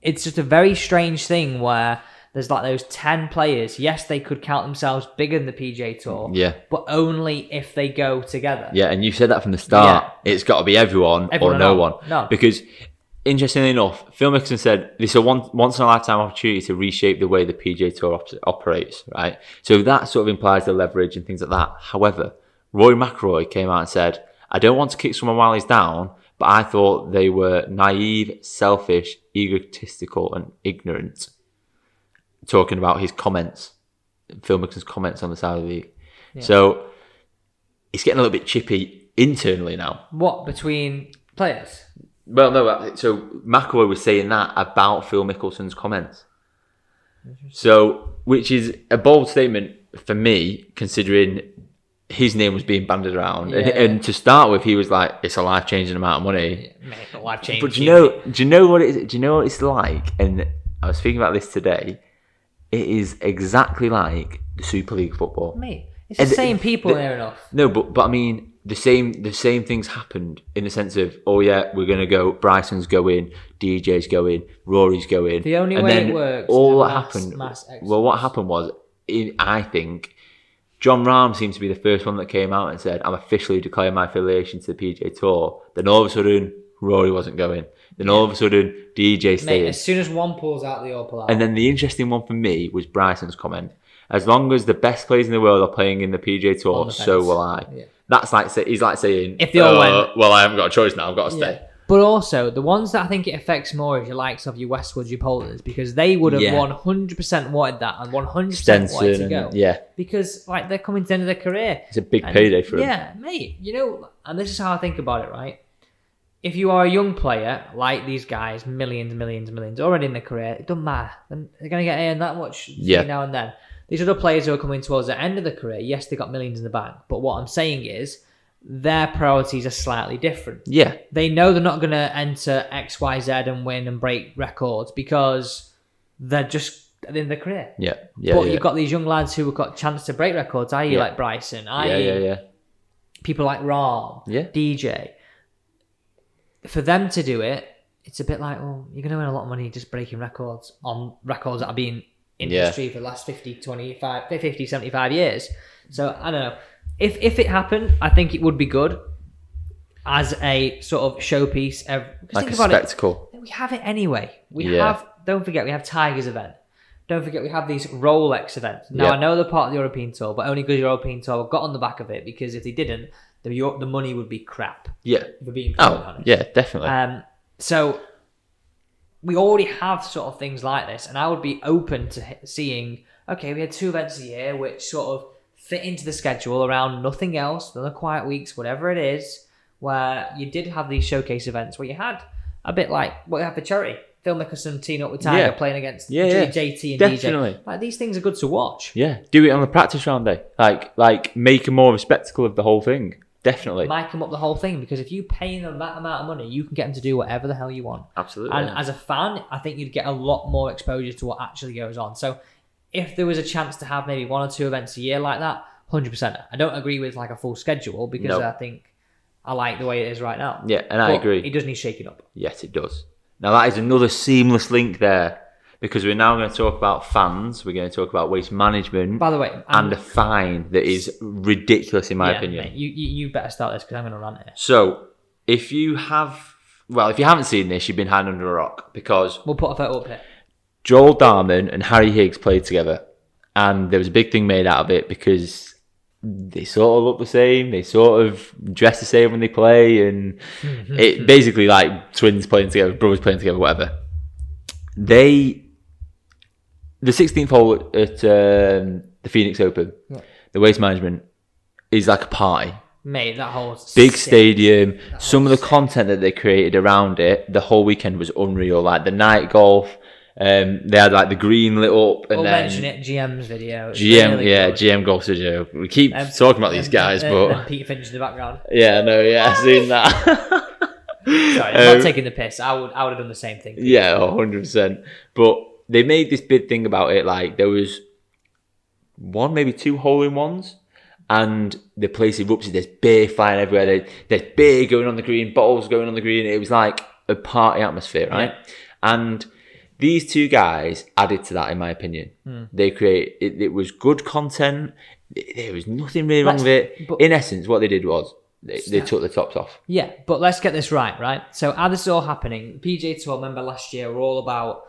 It's just a very strange thing where there's like those 10 players. Yes, they could count themselves bigger than the PJ Tour,
Yeah.
but only if they go together.
Yeah, and you said that from the start. It's got to be everyone,
Everyone
or no
or
one.
none.
Because, interestingly enough, Phil Mickelson said this is a one, once in a lifetime opportunity to reshape the way the PJ Tour op- operates, right? So that sort of implies the leverage and things like that. However, Roy McIlroy came out and said, I don't want to kick someone while he's down, but I thought they were naive, selfish, egotistical, and ignorant. Talking about his comments, Phil Mickelson's comments on the side of the league. So it's getting a little bit chippy internally now.
What between players?
Well, no. So McAvoy was saying that about Phil Mickelson's comments. So, which is a bold statement for me, considering his name was being banded around, and,
Yeah.
and to start with, he was like, "It's a life changing amount of money."
Mate, life changing.
But do you know? Do you know what it is? Do you know what it's like? And I was thinking about this today. It is exactly like the Super League football.
Mate, it's the
And the-
same people,
the-
near enough.
No, but but I mean the same the same things happened in the sense of oh yeah we're gonna go Bryson's going DJ's going Rory's going
The only
and
way
then
it works is
all
a
that
mass-
happened
mass
well what happened was in, I think John Rahm seems to be the first one that came out and said I'm officially declaring my affiliation to the PJ Tour then all of a sudden Rory wasn't going then all of a sudden DJ stayed
Mate, as soon as one pulls out, they all pull out.
and then the interesting one for me was Bryson's comment. As long as the best players in the world are playing in the PJ Tour,
the
so
fence.
will I.
Yeah.
That's like say, he's like saying,
If they all
"Uh, well, I haven't got a choice now. I've got to
Yeah. But also, the ones that I think it affects more is your likes of your Westwoods, your Polders, because they would have
Yeah.
100% wanted that and 100% wanted
Stenson,
to
and-
go.
yeah,
Because, like, they're coming to the end of their career.
it's a big
And-
payday for him.
Yeah, mate. You know, and this is how I think about it, right? If you are a young player like these guys, millions, millions, millions, already in their career, it doesn't matter. They're- They're going to get earned that much between
Yeah.
now and then. These other players who are coming towards the end of the career, yes, they got millions in the bank. But what I'm saying is, their priorities are slightly different
Yeah,
they know they're not going to enter X, Y, Z and win and break records because they're just at the end of their career.
yeah, yeah,
but
yeah.
you've got these young lads who have got chance to break records, i.e.
Yeah.
like Bryson, i.e.
yeah, yeah, yeah,
people like Ram,
Yeah.
DJ. For them to do it, it's a bit like, well, you're going to win a lot of money just breaking records on records that have been in
Yeah.
history for the last 50, 25, 50, 75 years. So I don't know. If, if it happened, I think it would be good as a sort of showpiece. Ev- 'cause
like
think
a
about it
spectacle.
we have it anyway. We
Yeah.
have. Don't forget, we have Tigers event. Don't forget we have these Rolex events. Now
Yeah.
I know they're part of the European tour, but only because European tour got on the back of it because if they didn't, the Euro- the money would be crap.
Yeah.
If we're being brutally
Oh,
honest.
yeah, definitely.
Um, so we already have sort of things like this, and I would be open to h- seeing. Okay, we had two events a year which sort of fit into the schedule around nothing else, than the quiet weeks, whatever it is, where you did have these showcase events where you had a bit like what you have for charity. Phil Mickelson teaming up with Tiger
Yeah.
playing against
Yeah,
J-
yeah.
JT and
Definitely.
DJ. Like these things are good to watch.
yeah, do it on the practice round day. Like, like make a more of a spectacle of the whole thing. Definitely.
Mic them up the whole thing because if you pay them that amount of money, you can get them to do whatever the hell you want.
Absolutely.
And as a fan, I think you'd get a lot more exposure to what actually goes on. So if there was a chance to have maybe one or two events a year like that, 100%. I don't agree with like a full schedule because
No.
I think I like the way it is right now.
yeah, and I
But
agree.
It does need shaking up.
Yes, it does. Now that is another seamless link there because we're now going to talk about fans. We're going to talk about waste management
By the way, I'm-
and a fine that is ridiculous in my
yeah,
opinion.
mate, you, you, you better start this because I'm going to run it.
So if you have, well, if you haven't seen this, you've been hiding under a rock because
We'll put a photo up here.
Joel Darman and Harry Higgs played together, and there was a big thing made out of it because they sort of look the same, they sort of dress the same when they play, and it basically like twins playing together, brothers playing together, whatever. They, the 16th hole at um, the Phoenix Open, the waste management is like a party
Mate, that whole
big
sick-
stadium. Some of the content that they created around it, the whole weekend was unreal. Like the night golf, um, they had like the green lit up, and
We'll
then
Oh, mention it. GM's video. It's
GM,
really
yeah,
good.
GM golf studio. We keep
Um,
talking about these
and-
guys,
and-
but
and Pete Finch in the background.
yeah, no, yeah, I've seen that.
Sorry, I'm not
Um,
taking the piss. I would, I would have done the same thing.
Yeah, hundred percent. But they made this big thing about it. Like there was one, maybe two hole in ones, and the place erupted. There's beer flying everywhere. There, there's beer going on the green, bottles going on the green. It was like a party atmosphere, right? And these two guys added to that, in my opinion. They create it, it was good content. There was nothing really wrong with it.
but-
in essence, what they did was they, they took the tops off.
Yeah, but let's get this right, right? So, how this is all happening, PJ Tour, remember last year, were all about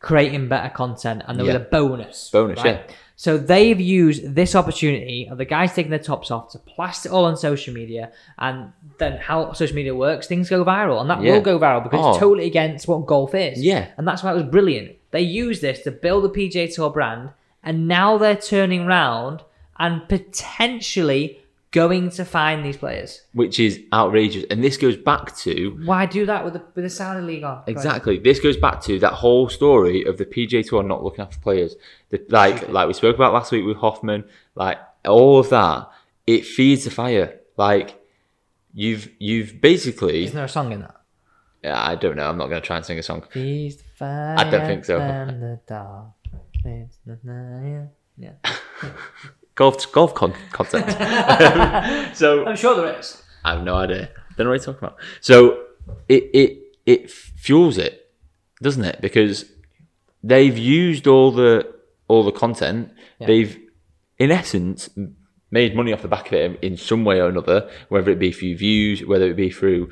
creating better content, and there
Yeah.
was a bonus.
Bonus, yeah.
So, they've used this opportunity of the guys taking their tops off to plaster it all on social media, and then how social media works, things go viral, and that
Yeah.
will go viral because it's
Oh.
totally against what golf is.
Yeah.
And that's why it was brilliant. They used this to build the PJ Tour brand, and now they're turning round and potentially going to find these players.
which is outrageous. And this goes back to
Why do that with the with the Saudi league on? Go ahead.
exactly. This goes back to that whole story of the PJ Tour not looking after players. The, like like we spoke about last week with Hoffman, like all of that. It feeds the fire. Like you've you've basically.
Isn't there a song in that?
I don't know. I'm not going to try and sing a song.
He's the fire.
I don't think so.
And the dark. It's the night. Yeah.
Golf golf con- concept. so
I'm sure there is.
I have no idea. Don't know what you're talking about. So it it it fuels it, doesn't it? Because they've used all the all the content. They've in essence m- made money off the back of it in some way or another, whether it be through views, whether it be through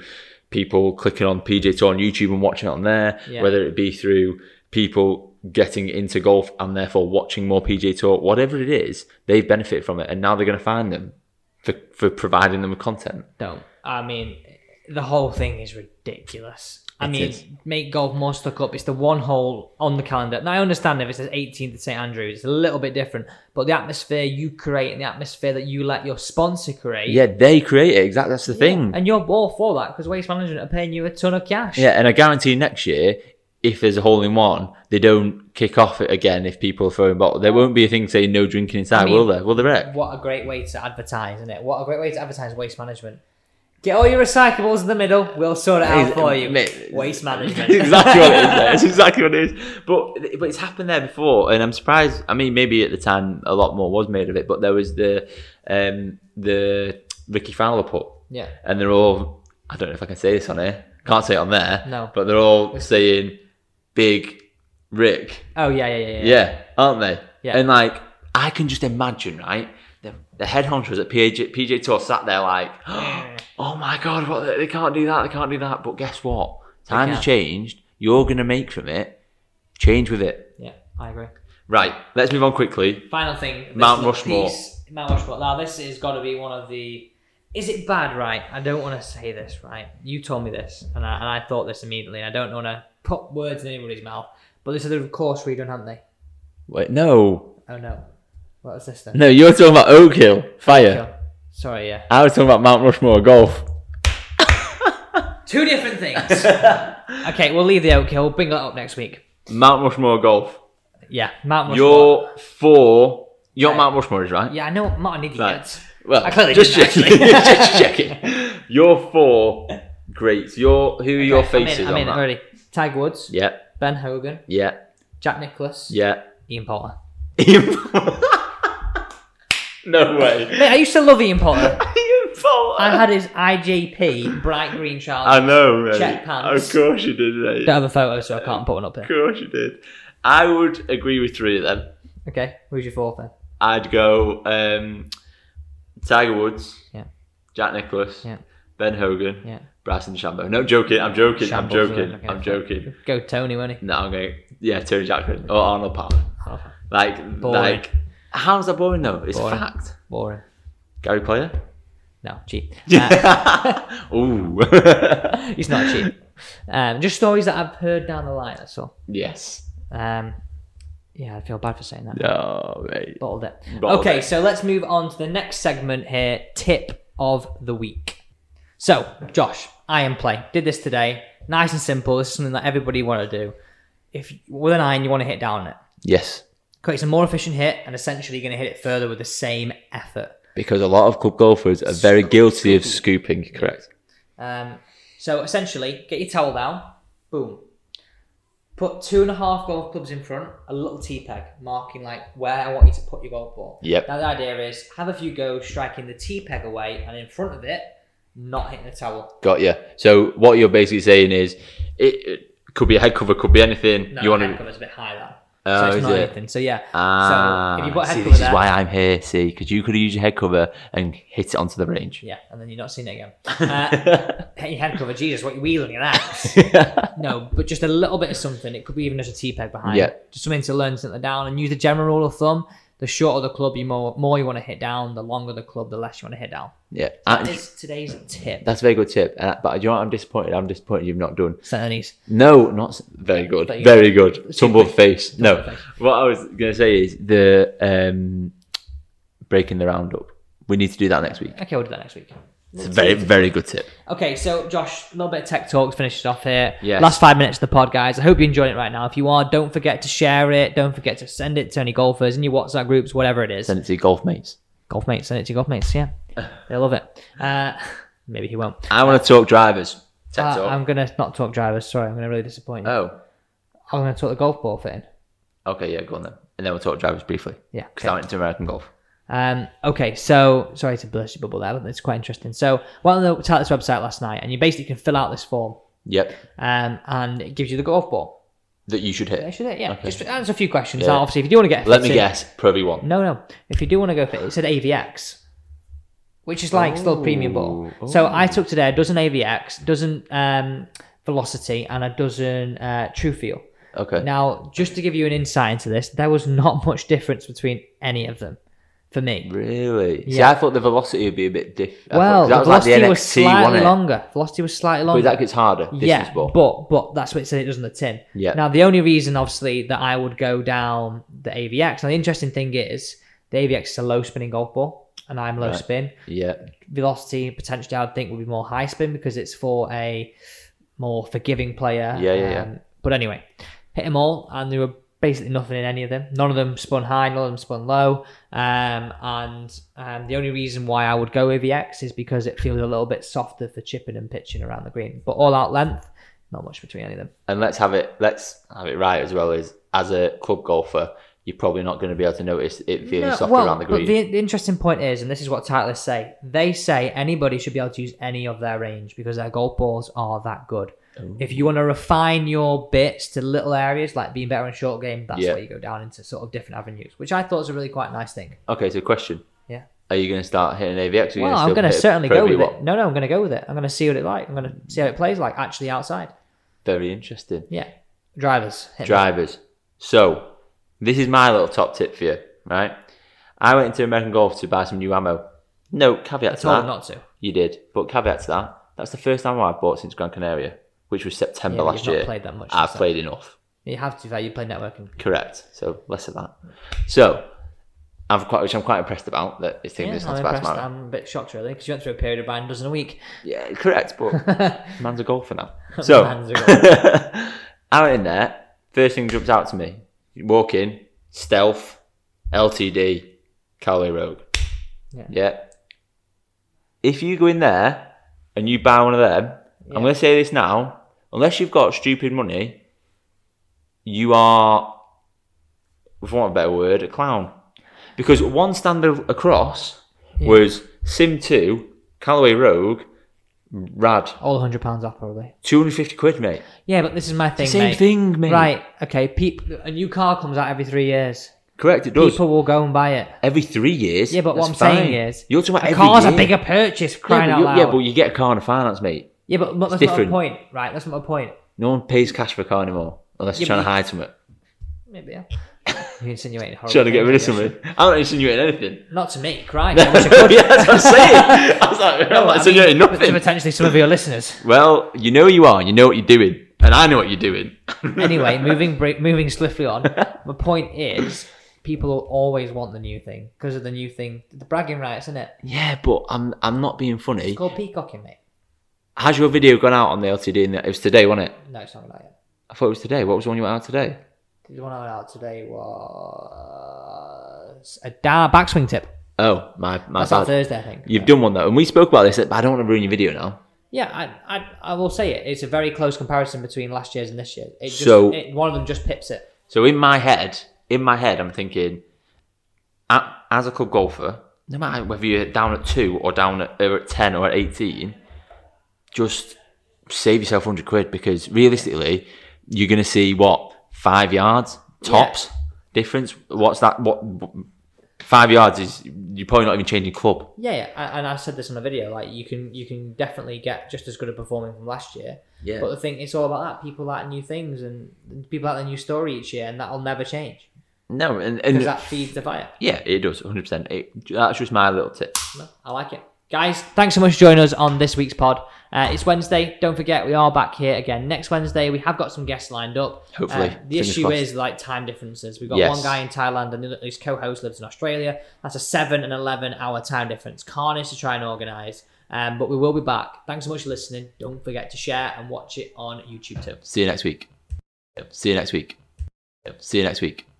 people clicking on PJ Tour on YouTube and watching it on there,
Yeah.
whether it be through people getting into golf and therefore watching more PJ Tour, whatever it is, they've benefited from it and now they're going to find them for, for providing them with content.
Don't. I mean, the whole thing is ridiculous. I
It
mean,
is.
make golf more stuck up. It's the one hole on the calendar. Now I understand if it says 18th at St Andrews, it's a little bit different. But the atmosphere you create and the atmosphere that you let your sponsor create.
Yeah, they create it. Exactly, that's the thing.
And you're all for that because waste management are paying you a ton of cash.
Yeah, and I guarantee next year, if there's a hole in one, they don't kick off it again if people are throwing bottles. There won't be a thing saying no drinking inside,
mean-
will there? Will there, Rick?
What a great way to advertise, isn't it? What a great way to advertise waste management. Get all your recyclables in the middle. We'll sort it out for you.
mate.
waste management.
exactly what it is. mate. It's exactly what it is. But but it's happened there before, and I'm surprised. I mean, maybe at the time a lot more was made of it, but there was the um, the Ricky Fowler put,
yeah.
and they're all. I don't know if I can say this on here. Can't say it on there.
No.
But they're all saying big Rick.
Oh yeah, yeah, yeah. yeah.
Yeah, aren't they?
Yeah.
And like, I can just imagine, right? The, the head honchos at PJ, PJ Tour sat there like, oh my God, what, they can't do that, they can't do that. But guess what? Times
can.
have changed. You're going to make from it. Change with it.
Yeah, I agree.
Right, let's move on quickly.
Final thing. this
Mount
little
Rushmore.
piece- Mount Rushmore. Now, this has got to be one of the. Is it bad, right? I don't want to say this, right? You told me this, and I, and I thought this immediately, and I don't want to put words in anybody's mouth. But this is the course redone, haven't they?
Wait, no,
Oh, no. What was this then?
no, you're talking about Oak Hill fire.
Sure. Sorry, yeah.
I was talking about Mount Rushmore golf.
Two different things. okay, we'll leave the Oak Hill. We'll bring that up next week.
Mount Rushmore golf.
Yeah, Mount Rushmore.
Your four. Your
Right.
Mount Rushmore is right.
Yeah, I know what Martin did
Right.
get.
Well,
I clearly
just
didn't,
checking. just checking. Your four greats. Your who are your
Okay, I'm in-
faces
I'm in,
on that?
already. Tiger Woods,
Yeah,
Ben Hogan,
yeah,
Jack Nicholas,
yeah.
Ian Potter.
Ian Poulter. no way.
Mate, I used to love Ian Potter.
Ian Poulter.
I had his IJP bright green trousers.
I know, mate.
Check pants.
Of course you did, mate.
Don't have a photo, so I can't put one up
Of
there.
course you did. I would agree with three of them.
Okay, who's your fourth then?
I'd go um, Tiger Woods,
Yeah.
Jack Nicholas,
Yeah.
Ben Hogan,
Yeah.
Bryson DeChambeau. No, joking. I'm joking.
Shambles,
I'm joking.
yeah, okay.
I'm joking.
Go Tony, won't he?
No, I'm going. Yeah, Tony Jackson or Arnold Palmer.
Oh,
Like,
Boring.
like, how's that boring though? It's
Boring.
fact.
boring.
Gary Player.
No, cheap. Uh,
Yeah. Ooh.
he's not cheap. Um, just stories that I've heard down the line, that's all.
yes.
Um, yeah, I feel bad for saying that.
Oh, mate.
Bottled it.
Bottled
okay,
it.
so let's move on to the next segment here tip of the week. So, Josh, iron play. Did this today. Nice and simple. This is something that everybody want to do. If with an iron, you want to hit down it.
Yes,
Creates a more efficient hit and essentially you're going to hit it further with the same effort.
because a lot of club golfers are very guilty of scooping. Correct.
Um, so essentially, get your towel down, boom. Put two and a half golf clubs in front, a little tee peg marking like where I want you to put your golf ball.
Yep.
Now the idea is have a few goes striking the tee peg away and in front of it, not hitting the towel.
Got you. So what you're basically saying is, it, it could be a head cover, could be anything.
No,
you want to.
cover's a bit high that.
Oh,
so
is
it's not
it?
anything. So yeah.
Ah,
so if you put a head
see,
cover
this
there,
is why I'm here. See, because you could have used your head cover and hit it onto the range.
yeah, and then you're not seeing it again. Uh, hit your head cover, Jesus, what are you wheeling at that? No, but just a little bit of something. It could be even just a tee peg behind.
Yeah.
Just something to learn something down and use the general rule of thumb. The shorter the club, you more more you want to hit down. The longer the club, the less you want to hit down.
yeah,
That
And-
is today's tip.
that's a very good tip. Uh, but you know what? I'm disappointed. I'm disappointed you've not done.
Cernies.
No, not s- very good.
Very
Very good. Tumble
me.
face. No,
Tumble face.
what I was going to say is the um, breaking the round up. We need to do that next week.
Okay, we'll do that next week.
It's a very, very good tip.
Okay, so Josh, a little bit of tech talk to finish it off here.
Yes.
Last five minutes of the pod, guys. I hope you're enjoying it right now. If you are, don't forget to share it. Don't forget to send it to any golfers in your WhatsApp groups, whatever it is.
Send it to your golf mates.
golf mates, send it to your golf mates. Yeah, they love it. Uh, maybe he won't.
I want to talk drivers. Tech
Uh,
talk.
I'm gonna not talk drivers. Sorry, I'm gonna really disappoint you.
Oh,
I'm gonna talk the golf ball thing.
okay. Yeah, go on then. And then we'll talk drivers briefly.
Yeah.
Because
Okay.
I went into American golf.
Um, okay, so sorry to burst your bubble there, but it's quite interesting. So went on the Talents website last night, and you basically can fill out this form,
Yep.
um, and it gives you the golf ball.
That you should hit.
Actually, yeah,
Okay.
just answer a few questions.
Yeah.
Now, obviously, if you do want to get,
Let me
fitted-
guess. Pro V1.
No, no. If you do want to go fit, it said AVX, which is like still a premium ball.
Oh,
So I took today a dozen AVX, dozen um, Velocity, and a dozen uh, True Feel.
Okay.
Now, just to give you an insight into this, there was not much difference between any of them for me.
Really? See,
Yeah.
I thought the velocity would be a bit diff. I
Well,
thought- 'cause that
the
was
velocity
like the NXT,
was slightly
wasn't it?
longer. Velocity was slightly
But
longer.
that gets harder. Distance
yeah,
ball.
but but that's what it said it does on the tin.
Yeah.
Now the only reason, obviously, that I would go down the AVX. Now the interesting thing is the AVX is a low spinning golf ball, and I'm low
Right.
spin.
yeah.
Velocity potentially, I'd think, would be more high spin because it's for a more forgiving player. Um,
Yeah, yeah, yeah.
But anyway, hit them all, and there were basically nothing in any of them. None of them spun high, none of them spun low. Um, and um, the only reason why I would go AVX is because it feels a little bit softer for chipping and pitching around the green. But all out length, not much between any of them.
and let's have it let's have it right as well is as a club golfer you're probably not going to be able to notice it feeling
No,
soft
well,
around the
but
green
the, the interesting point is, and this is what titleists say, they say anybody should be able to use any of their range because their golf balls are that good. If you want to refine your bits to little areas, like being better in short game, that's
Yeah.
where you go down into sort of different avenues, which I thought was a really quite nice thing.
okay so question
Yeah.
are you going to start hitting avx or are you
Well,
gonna
I'm
still
going to
hit
certainly
Pro
go with
V1?
it. No, no, I'm going to go with it. I'm going to see what it like. I'm going to see how it plays like actually outside.
very interesting
Yeah. Drivers. hit me.
drivers so This is my little top tip for you, right? I went into American Golf to buy some new ammo. No caveat
I
to
told
that.
him not to.
You did, but caveat to that. That's the first ammo I've bought since Gran Canaria, which was September
Yeah, but
last
you've not
year.
played that much,
I've
so-
played enough.
You have to. You play networking.
Correct. So less of that. So I'm quite, which I'm quite impressed about that. It's taking
Yeah,
this
I'm
long to buy
impressed.
some ammo.
I'm a bit shocked really because you went through a period of buying a dozen a week.
Yeah, correct, but man's a golfer now. So
Man's a
I went in there, first thing jumps out to me. You walk in, stealth, LTD, Callaway Rogue.
Yeah.
If you go in there and you buy one of them, I'm gonna say this now, unless you've got stupid money, you are for want of a better word, a clown. Because one standard across was Sim two, Callaway Rogue, Rad.
All hundred pounds off probably.
250 quid, mate.
Yeah, but this is my thing.
Same
mate.
thing, mate.
Right. Okay. Peep, a new car comes out every three years.
Correct, it does.
People will go and buy it.
Every three years.
Yeah, but what
that's
I'm saying
fine.
is,
You're talking about
A
every
car's
year.
a bigger purchase. Crying
yeah,
out
but
loud.
you- Yeah, but you get a car on a finance, mate.
Yeah, but that's not
different.
my point, right? That's not my point.
No one pays cash for a car anymore unless you're
Yeah, but
trying to hide something.
Maybe. Yeah. You're insinuating horrible.
Trying to get
things,
rid of
I guess.
something. I'm not insinuating anything.
Not to me, crying. I wish I could.
yeah, that's what I'm saying. I was like, I'm not
I mean,
insinuating
To
nothing.
potentially some of your listeners.
Well, you know you are. You know what you're doing. And I know what you're doing.
Anyway, moving bri- moving swiftly on. My point is, people will always want the new thing because of the new thing. The bragging rights, isn't it?
yeah, but I'm I'm not being funny.
It's called peacocking, mate.
Has your video gone out on the LTD? And it was today, wasn't it?
No, it's not like that.
I thought it was today. What was the one you went out today?
The one I went out today was a da- backswing tip.
Oh, my my
That's on
bad.
Thursday, I think.
You've done one though, and we spoke about this, but I don't want to ruin your video now.
Yeah, I, I, I will say it. It's a very close comparison between last year's and this year's. It just,
So-
it, one of them just pips it.
So in my head, in my head, I'm thinking, a- as a club golfer, no matter whether you're down at two or down at, or at ten or at eighteen, just save yourself hundred quid because realistically, you're gonna see what five yards tops difference. What's that? What five yards is? You're probably not even changing club.
Yeah, yeah. I- and I said this in my video. Like you can, you can definitely get just as good at performing from last year.
Yeah.
But the thing, it's all about that. People like new things and people like a new story each year, and that'll never change
No, and,
because
and
that feeds the fire.
yeah, it does 100. percent That's just my little tip.
No, I like it. Guys, thanks so much for joining us on this week's pod. Uh, it's Wednesday. Don't forget, we are back here again next Wednesday. We have got some guests lined up.
Hopefully.
Uh, the
Fingers
issue
crossed.
is like time differences. We've got
Yes.
one guy in Thailand and the other- his co host lives in Australia. That's a 7 and 11 hour time difference. Carnage to try and organise. Um, but we will be back. Thanks so much for listening. Don't forget to share and watch it on YouTube too.
See you next week. See you next week. See you next week.